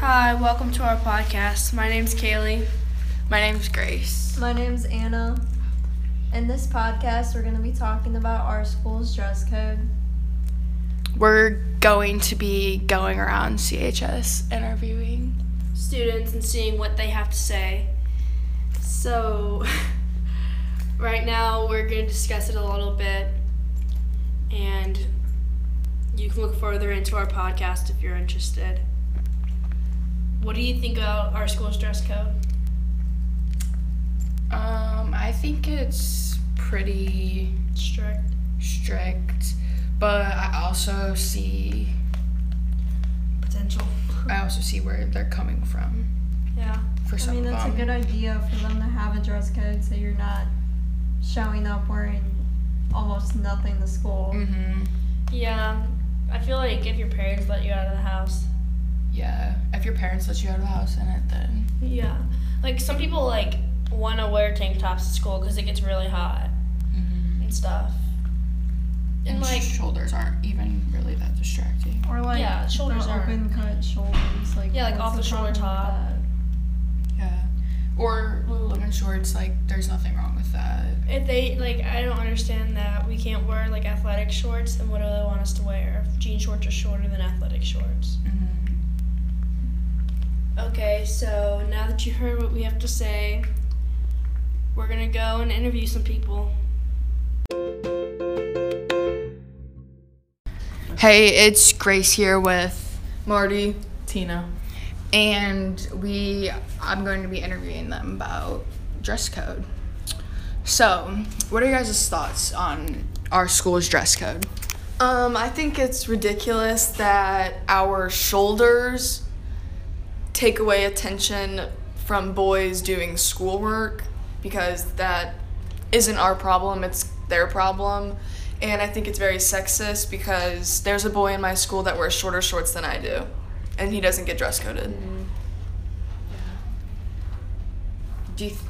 Hi, welcome to our podcast. My name's Kaylee. My name's Grace. My name's Anna. In this podcast, we're going to be talking about our school's dress code. We're going to be going around CHS interviewing. Students and seeing what they have to say. So, right now we're going to discuss it a little bit, and you can look further into our podcast if you're interested. What do you think about our school's dress code? Um, I think it's pretty Strict. strict, but I also see Potential. I also see where they're coming from Yeah. for I some mean, of that's a them. good idea for them to have a dress code so you're not showing up wearing almost nothing to school. Mm. mm-hmm. Yeah. I feel like if your parents let you out of the house, Yeah. If your parents let you out of the house in it, then Yeah. Like some people like want to wear tank tops to school because it gets really hot mm-hmm. and stuff. And like shoulders aren't even really that distracting. Or like Yeah, shoulders the aren't- open cut shoulders. Like Yeah, like what's off-the-shoulder problem with Yeah. Or Lululemon shorts, like there's nothing wrong with that. if they like, I don't understand that we can't wear like athletic shorts. Then what do they want us to wear? If jean shorts are shorter than athletic shorts. Mm-hmm. Okay, so now that you heard what we have to say, we're gonna go and interview some people. Hey, it's Grace here with Marty, Tina. and we I'm going to be interviewing them about dress code. So, what are your guys' thoughts on our school's dress code? Um, I think it's ridiculous that our shoulders take away attention from boys doing schoolwork because that isn't our problem, it's their problem. And I think it's very sexist because there's a boy in my school that wears shorter shorts than I do, and he doesn't get dress coded. Do you th-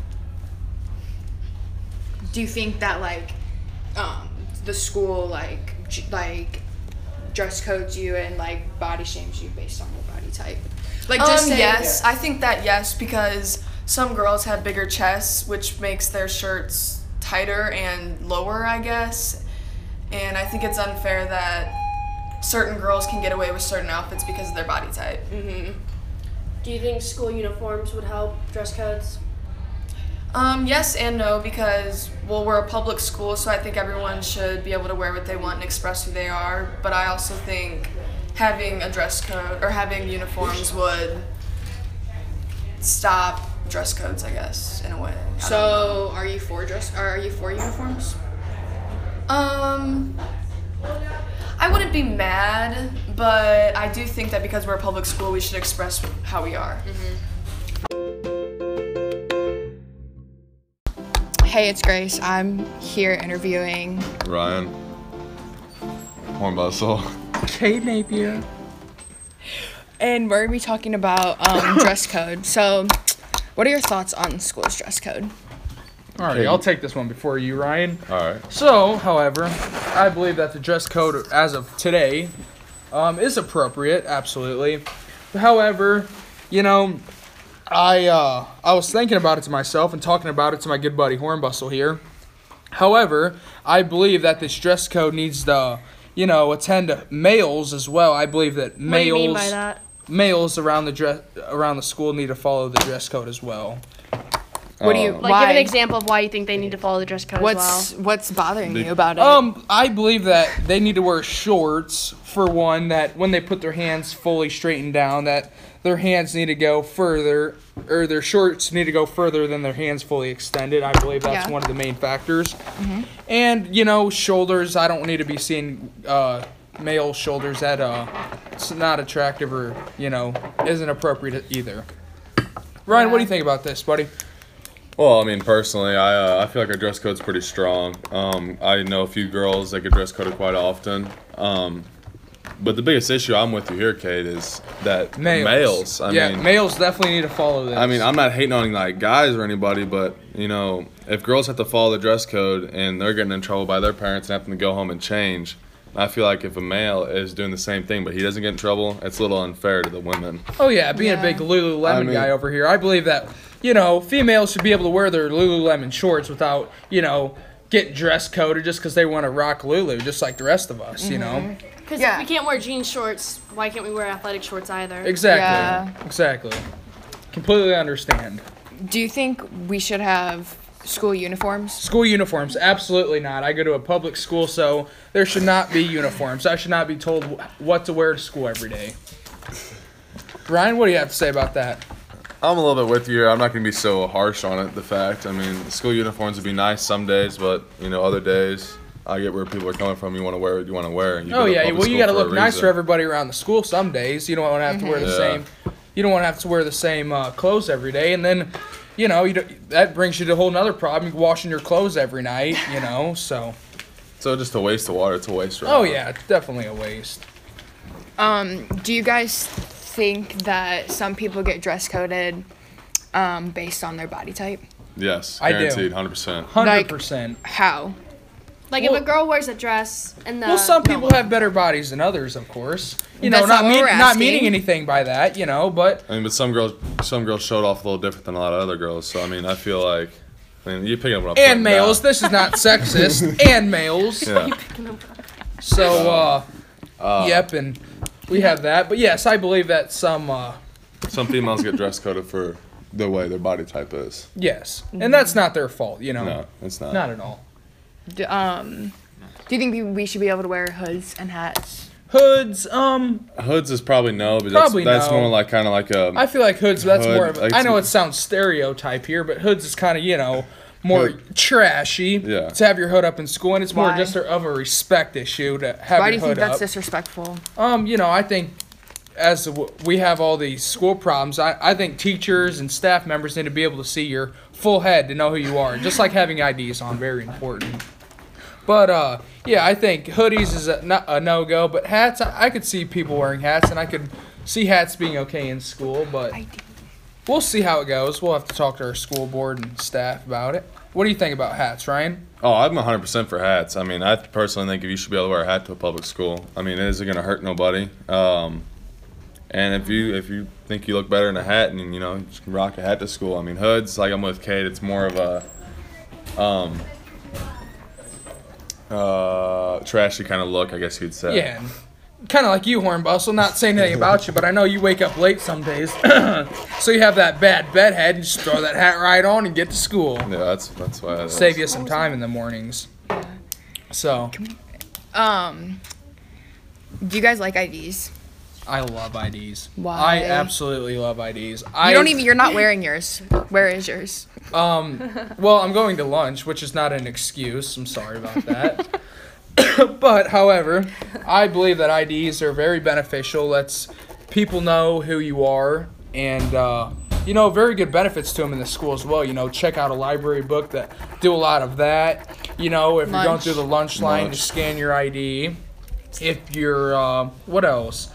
do you think that like um, the school like j- like dress codes you and like body shames you based on your body type? Like Um, say- yes, I think that yes because some girls have bigger chests, which makes their shirts tighter and lower, I guess. And I think it's unfair that certain girls can get away with certain outfits because of their body type. Mm-hmm. Do you think school uniforms would help dress codes? Um, yes and no because well we're a public school, so I think everyone should be able to wear what they want and express who they are. But I also think having a dress code or having uniforms would stop dress codes, I guess, in a way. I don't know. So, are you for dress? Are you for uniforms? Um, I wouldn't be mad, but I do think that because we're a public school, we should express how we are. Hey, it's Grace. I'm here interviewing. Ryan. Hornbuckle. And we're gonna be talking about um, dress code. So, what are your thoughts on school's dress code? All right, I'll take this one before you, Ryan. All right. So, however, I believe that the dress code as of today um, is appropriate, absolutely. However, you know, I uh, I was thinking about it to myself and talking about it to my good buddy Hornbustle here. However, I believe that this dress code needs to, you know, attend to males as well. I believe that males males around the dress around the school need to follow the dress code as well. What do Oh. you? Um, Like, why? give an example of why you think they need to follow the dress code as What's What's bothering The- you about it? Um, I believe that they need to wear shorts for one. That when they put their hands fully straightened down, that their hands need to go further, or their shorts need to go further than their hands fully extended. I believe that's Yeah. one of the main factors. And you know, shoulders. I don't need to be seeing uh, male shoulders that uh, it's not attractive or you know isn't appropriate either. Ryan, what do you think about this, buddy? Well, I mean, personally, I uh, I feel like our dress code's pretty strong. Um, I know a few girls that get dress coded quite often. Um, but the biggest issue I'm with you here, Kate, is that Males. I yeah, mean, males definitely need to follow this. I mean, I'm not hating on like guys or anybody, but you know, if girls have to follow the dress code and they're getting in trouble by their parents and having to go home and change, I feel like if a male is doing the same thing but he doesn't get in trouble, it's a little unfair to the women. Oh yeah, being a big Lululemon I mean- guy over here, I believe that you know females should be able to wear their Lululemon shorts without you know getting dress coded just because they want to rock Lulu, just like the rest of us. You know, Because Yeah. if we can't wear jean shorts, why can't we wear athletic shorts either? exactly, exactly. Completely understand. Do you think we should have school uniforms? School uniforms, absolutely not. I go to a public school, so there should not be uniforms. I should not be told wh- what to wear to school every day. Ryan, what do you have to say about that? I'm a little bit with you. here. I'm not going to be so harsh on it. The fact, I mean, school uniforms would be nice some days, but you know, other days, I get where people are coming from. You want to wear what you want to wear. You Oh go to yeah, public well you school got to for a look nice for reason. Mm-hmm. everybody around the school. Some days you don't want to have to wear the Yeah. same, you don't want to have to wear the same uh, clothes every day, and then, you know, you don't- that brings you to a whole nother problem: washing your clothes every night. You know, so So just a waste of water. It's a waste. Right oh now. yeah, it's definitely a waste. Um, do you guys think that some people get dress coded um, based on their body type? Yes, I do. guaranteed, hundred percent. Hundred percent. uh, How? Like Well- if a girl wears a dress and the Well, some no. people have better bodies than others, of course. You know, That's not not what mean, we're not meaning asking. anything by that, you know, but I mean, but some girls, some girls showed off a little different than a lot of other girls. So I mean, I feel like, I mean, you pick up what I'm and putting males. down. This is not sexist. and males. uh, yeah. So, uh, yep, and we have that. But yes, I believe that some. Uh, Some females get dress coded for the way their body type is. Yes, Mm-hmm. and that's not their fault, you know. No, it's not. Not at all. Do, um, do you think we- we should be able to wear hoods and hats? Hoods, um, Hoods is probably no, but Probably that's, that's no. more like kind of like a. I feel like hoods. That's Hood, more of. like- A, I know it sounds stereotype here, but hoods is kind of you know more Hood. trashy. Yeah. To have your hood up in school, and it's more Why? just a, of a respect issue to have Why your do you hood think that's up. disrespectful? Um, you know, I think as w- we have all these school problems, I, I think teachers and staff members need to be able to see your full head to know who you are. Just like having IDs on, very important. But uh, yeah, I think hoodies is a, no- a no go. But hats, I, I could see people wearing hats, and I could see hats being okay in school. But we'll see how it goes. We'll have to talk to our school board and staff about it. What do you think about hats, Ryan? Oh, I'm 100% for hats. I mean, I personally think if you should be able to wear a hat to a public school, I mean, it isn't going to hurt nobody. Um, and if you if you think you look better in a hat and you know you just can rock a hat to school, I mean, hoods like I'm with Kate, it's more of a um, uh, trashy kind of look, I guess you'd say. Yeah. Kind of like you, Horn Bustle. Not saying anything about you, but I know you wake up late some days. so you have that bad bed head and just throw that hat right on and get to school. Yeah, that's that's why. that Save is. you some time in the mornings. So, Um, do you guys like IDs? I love IDs. Why? I absolutely love IDs. I You don't even. You're not wearing yours. Where is yours? Um, well, I'm going to lunch, which is not an excuse. I'm sorry about that. but, however, I believe that IDs are very beneficial. Lets people know who you are, and uh, you know, very good benefits to them in the school as well. You know, check out a library book that do a lot of that. You know, if you're going Lunch. through the lunch line, Lunch. just scan your ID. If you're, uh, what else?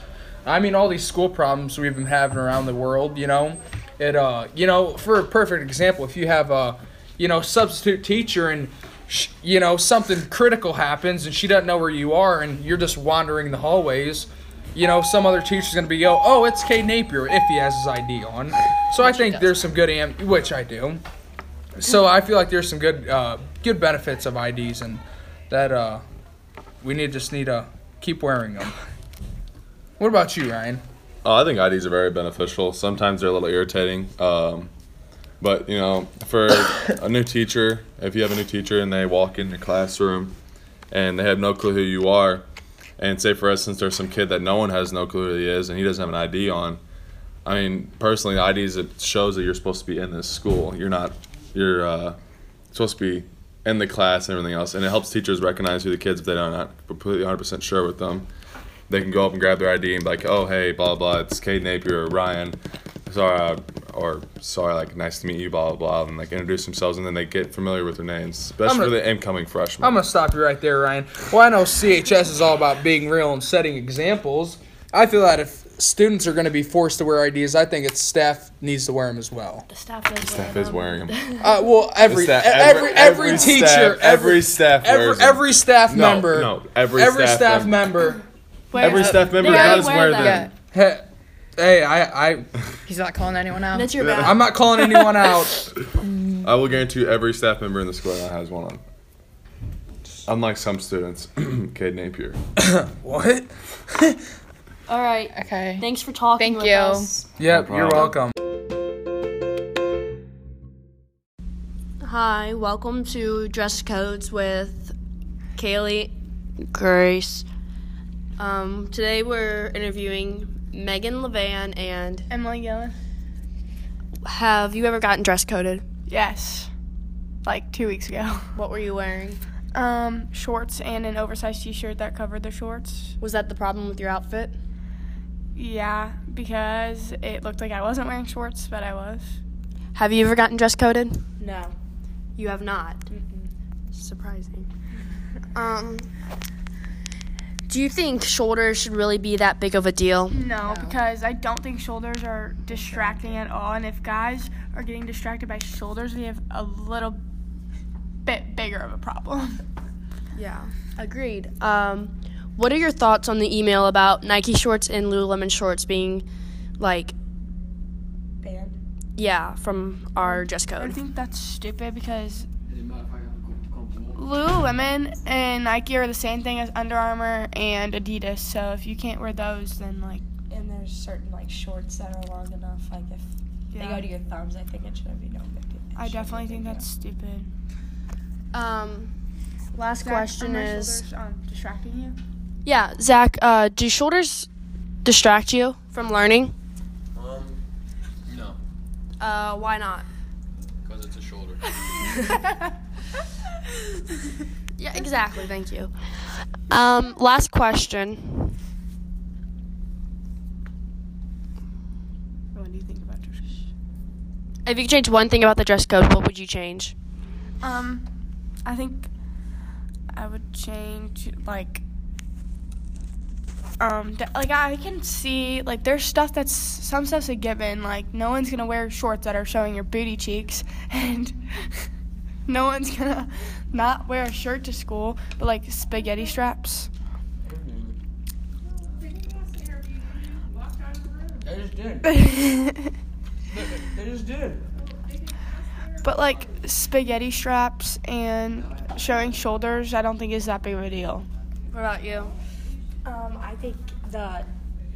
I mean, all these school problems we've been having around the world, you know, it, uh, you know, for a perfect example, if you have a, you know, substitute teacher and, sh- you know, something critical happens and she doesn't know where you are and you're just wandering the hallways, you know, some other teacher's gonna be, oh, oh, it's K Napier if he has his ID on. So I think there's some good am, which I do. So I feel like there's some good, uh, good benefits of IDs and that, uh, we need just need to keep wearing them. What about you, Ryan? Oh, I think IDs are very beneficial. Sometimes they're a little irritating. Um, but, you know, for a new teacher, if you have a new teacher and they walk in your classroom and they have no clue who you are, and say, for instance, there's some kid that no one has no clue who he is and he doesn't have an ID on, I mean, personally, IDs, it shows that you're supposed to be in this school. You're not, you're uh, supposed to be in the class and everything else. And it helps teachers recognize who the kids, if they're not completely 100% sure with them they can go up and grab their ID and be like, oh, hey, blah, blah, it's Cade Napier or Ryan. Sorry, uh, or sorry, like, nice to meet you, blah, blah, blah, and like introduce themselves and then they get familiar with their names, especially gonna- for the incoming freshmen. I'm gonna stop you right there, Ryan. Well, I know CHS is all about being real and setting examples. I feel that if students are going to be forced to wear IDs, I think it's staff needs to wear them as well. The staff is Staff is wearing them. Uh, well, every Staff- every, every, teacher, staff, every every staff, wears every, 'em. every staff No, member, No, every, every staff, staff member. member. Every staff member they does wear wear them. them. Hey, hey, I, I, He's not calling anyone out. That's your bad. I'm not calling anyone out. I will guarantee you every staff member in the school now has one on. Unlike some students, Cade Napier. what? All right. Okay. Thanks for talking Thank with you. us. Yep, you're problem. welcome. Hi, welcome to Dress Codes with Kaylee, Grace. Um, today we're interviewing Megan Levan and Emily Gillen. have you ever gotten dress coded? Yes. Like two weeks ago. What were you wearing? Um, shorts and an oversized t shirt that covered the shorts. Was that the problem with your outfit? Yeah, because it looked like I wasn't wearing shorts, but I was. Have you ever gotten dress coded? No. You have not. Surprising. Um, do you think shoulders should really be that big of a deal? No, because I don't think shoulders are distracting at all. And if guys are getting distracted by shoulders, we have a little bit bigger of a problem. Yeah, agreed. Um, what are your thoughts on the email about Nike shorts and Lululemon shorts being like Band. yeah from our dress I code? think that's stupid because Lululemon and Nike are the same thing as Under Armour and Adidas. So if you can't wear those, then like. And there's certain like shorts that are long enough. Like if they go to your thumbs, I think it shouldn't be no big deal. I definitely think that's stupid. Um, last question is um, distracting you. yeah, Zach, uh, do shoulders distract you from learning? Um, no, Uh, why not? because it's a shoulder. Yeah, exactly. Thank you. Um, last question. What do you think about dress? If you could change one thing about the dress code, what would you change? Um, I think I would change like um th- like I can see like there's stuff that's some stuff's a given. Like no one's gonna wear shorts that are showing your booty cheeks, and no one's gonna not wear a shirt to school, but like spaghetti straps. I just did. They just did. But like spaghetti straps and showing shoulders, I don't think is that big of a deal. What about you? Um, I think the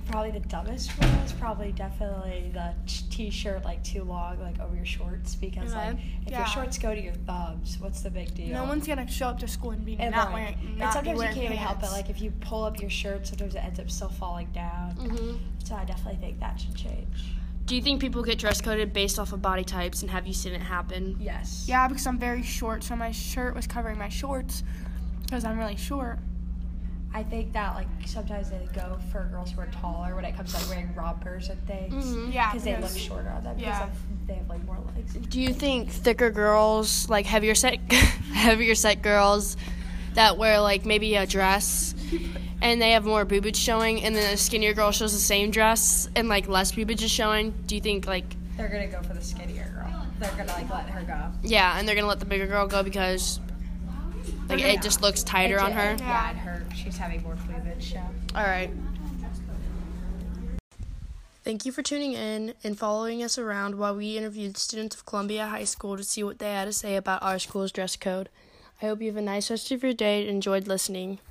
probably the dumbest one is probably definitely the t- t-shirt like too long like over your shorts because like Okay. if Yeah. your shorts go to your thumbs, what's the big deal? No one's gonna show up to school and be And, like, not wearing. and Not be sometimes you wearing can't even help it. pants. Like if you pull up your shirt, sometimes it ends up still falling down. hmm So I definitely think that should change. Do you think people get dress coded based off of body types, and have you seen it happen? Yes. Yeah, because I'm very short, so my shirt was covering my shorts because I'm really short. I think that like sometimes they go for girls who are taller when it comes to like wearing rompers and things Mm-hmm. Yeah, because they look shorter on them yeah. because of, they have like more legs. Do you think thicker girls, like heavier set, heavier set girls, that wear like maybe a dress, and they have more boobage showing, and then a skinnier girl shows the same dress and like less boobage is showing? Do you think like They're gonna go for the skinnier girl. They're gonna like let her go. yeah, and they're gonna let the bigger girl go because like it just looks tighter on her? Yeah, and her she's having more cleavage show. All right. Thank you for tuning in and following us around while we interviewed students of Columbia High School to see what they had to say about our school's dress code. I hope you have a nice rest of your day and enjoyed listening.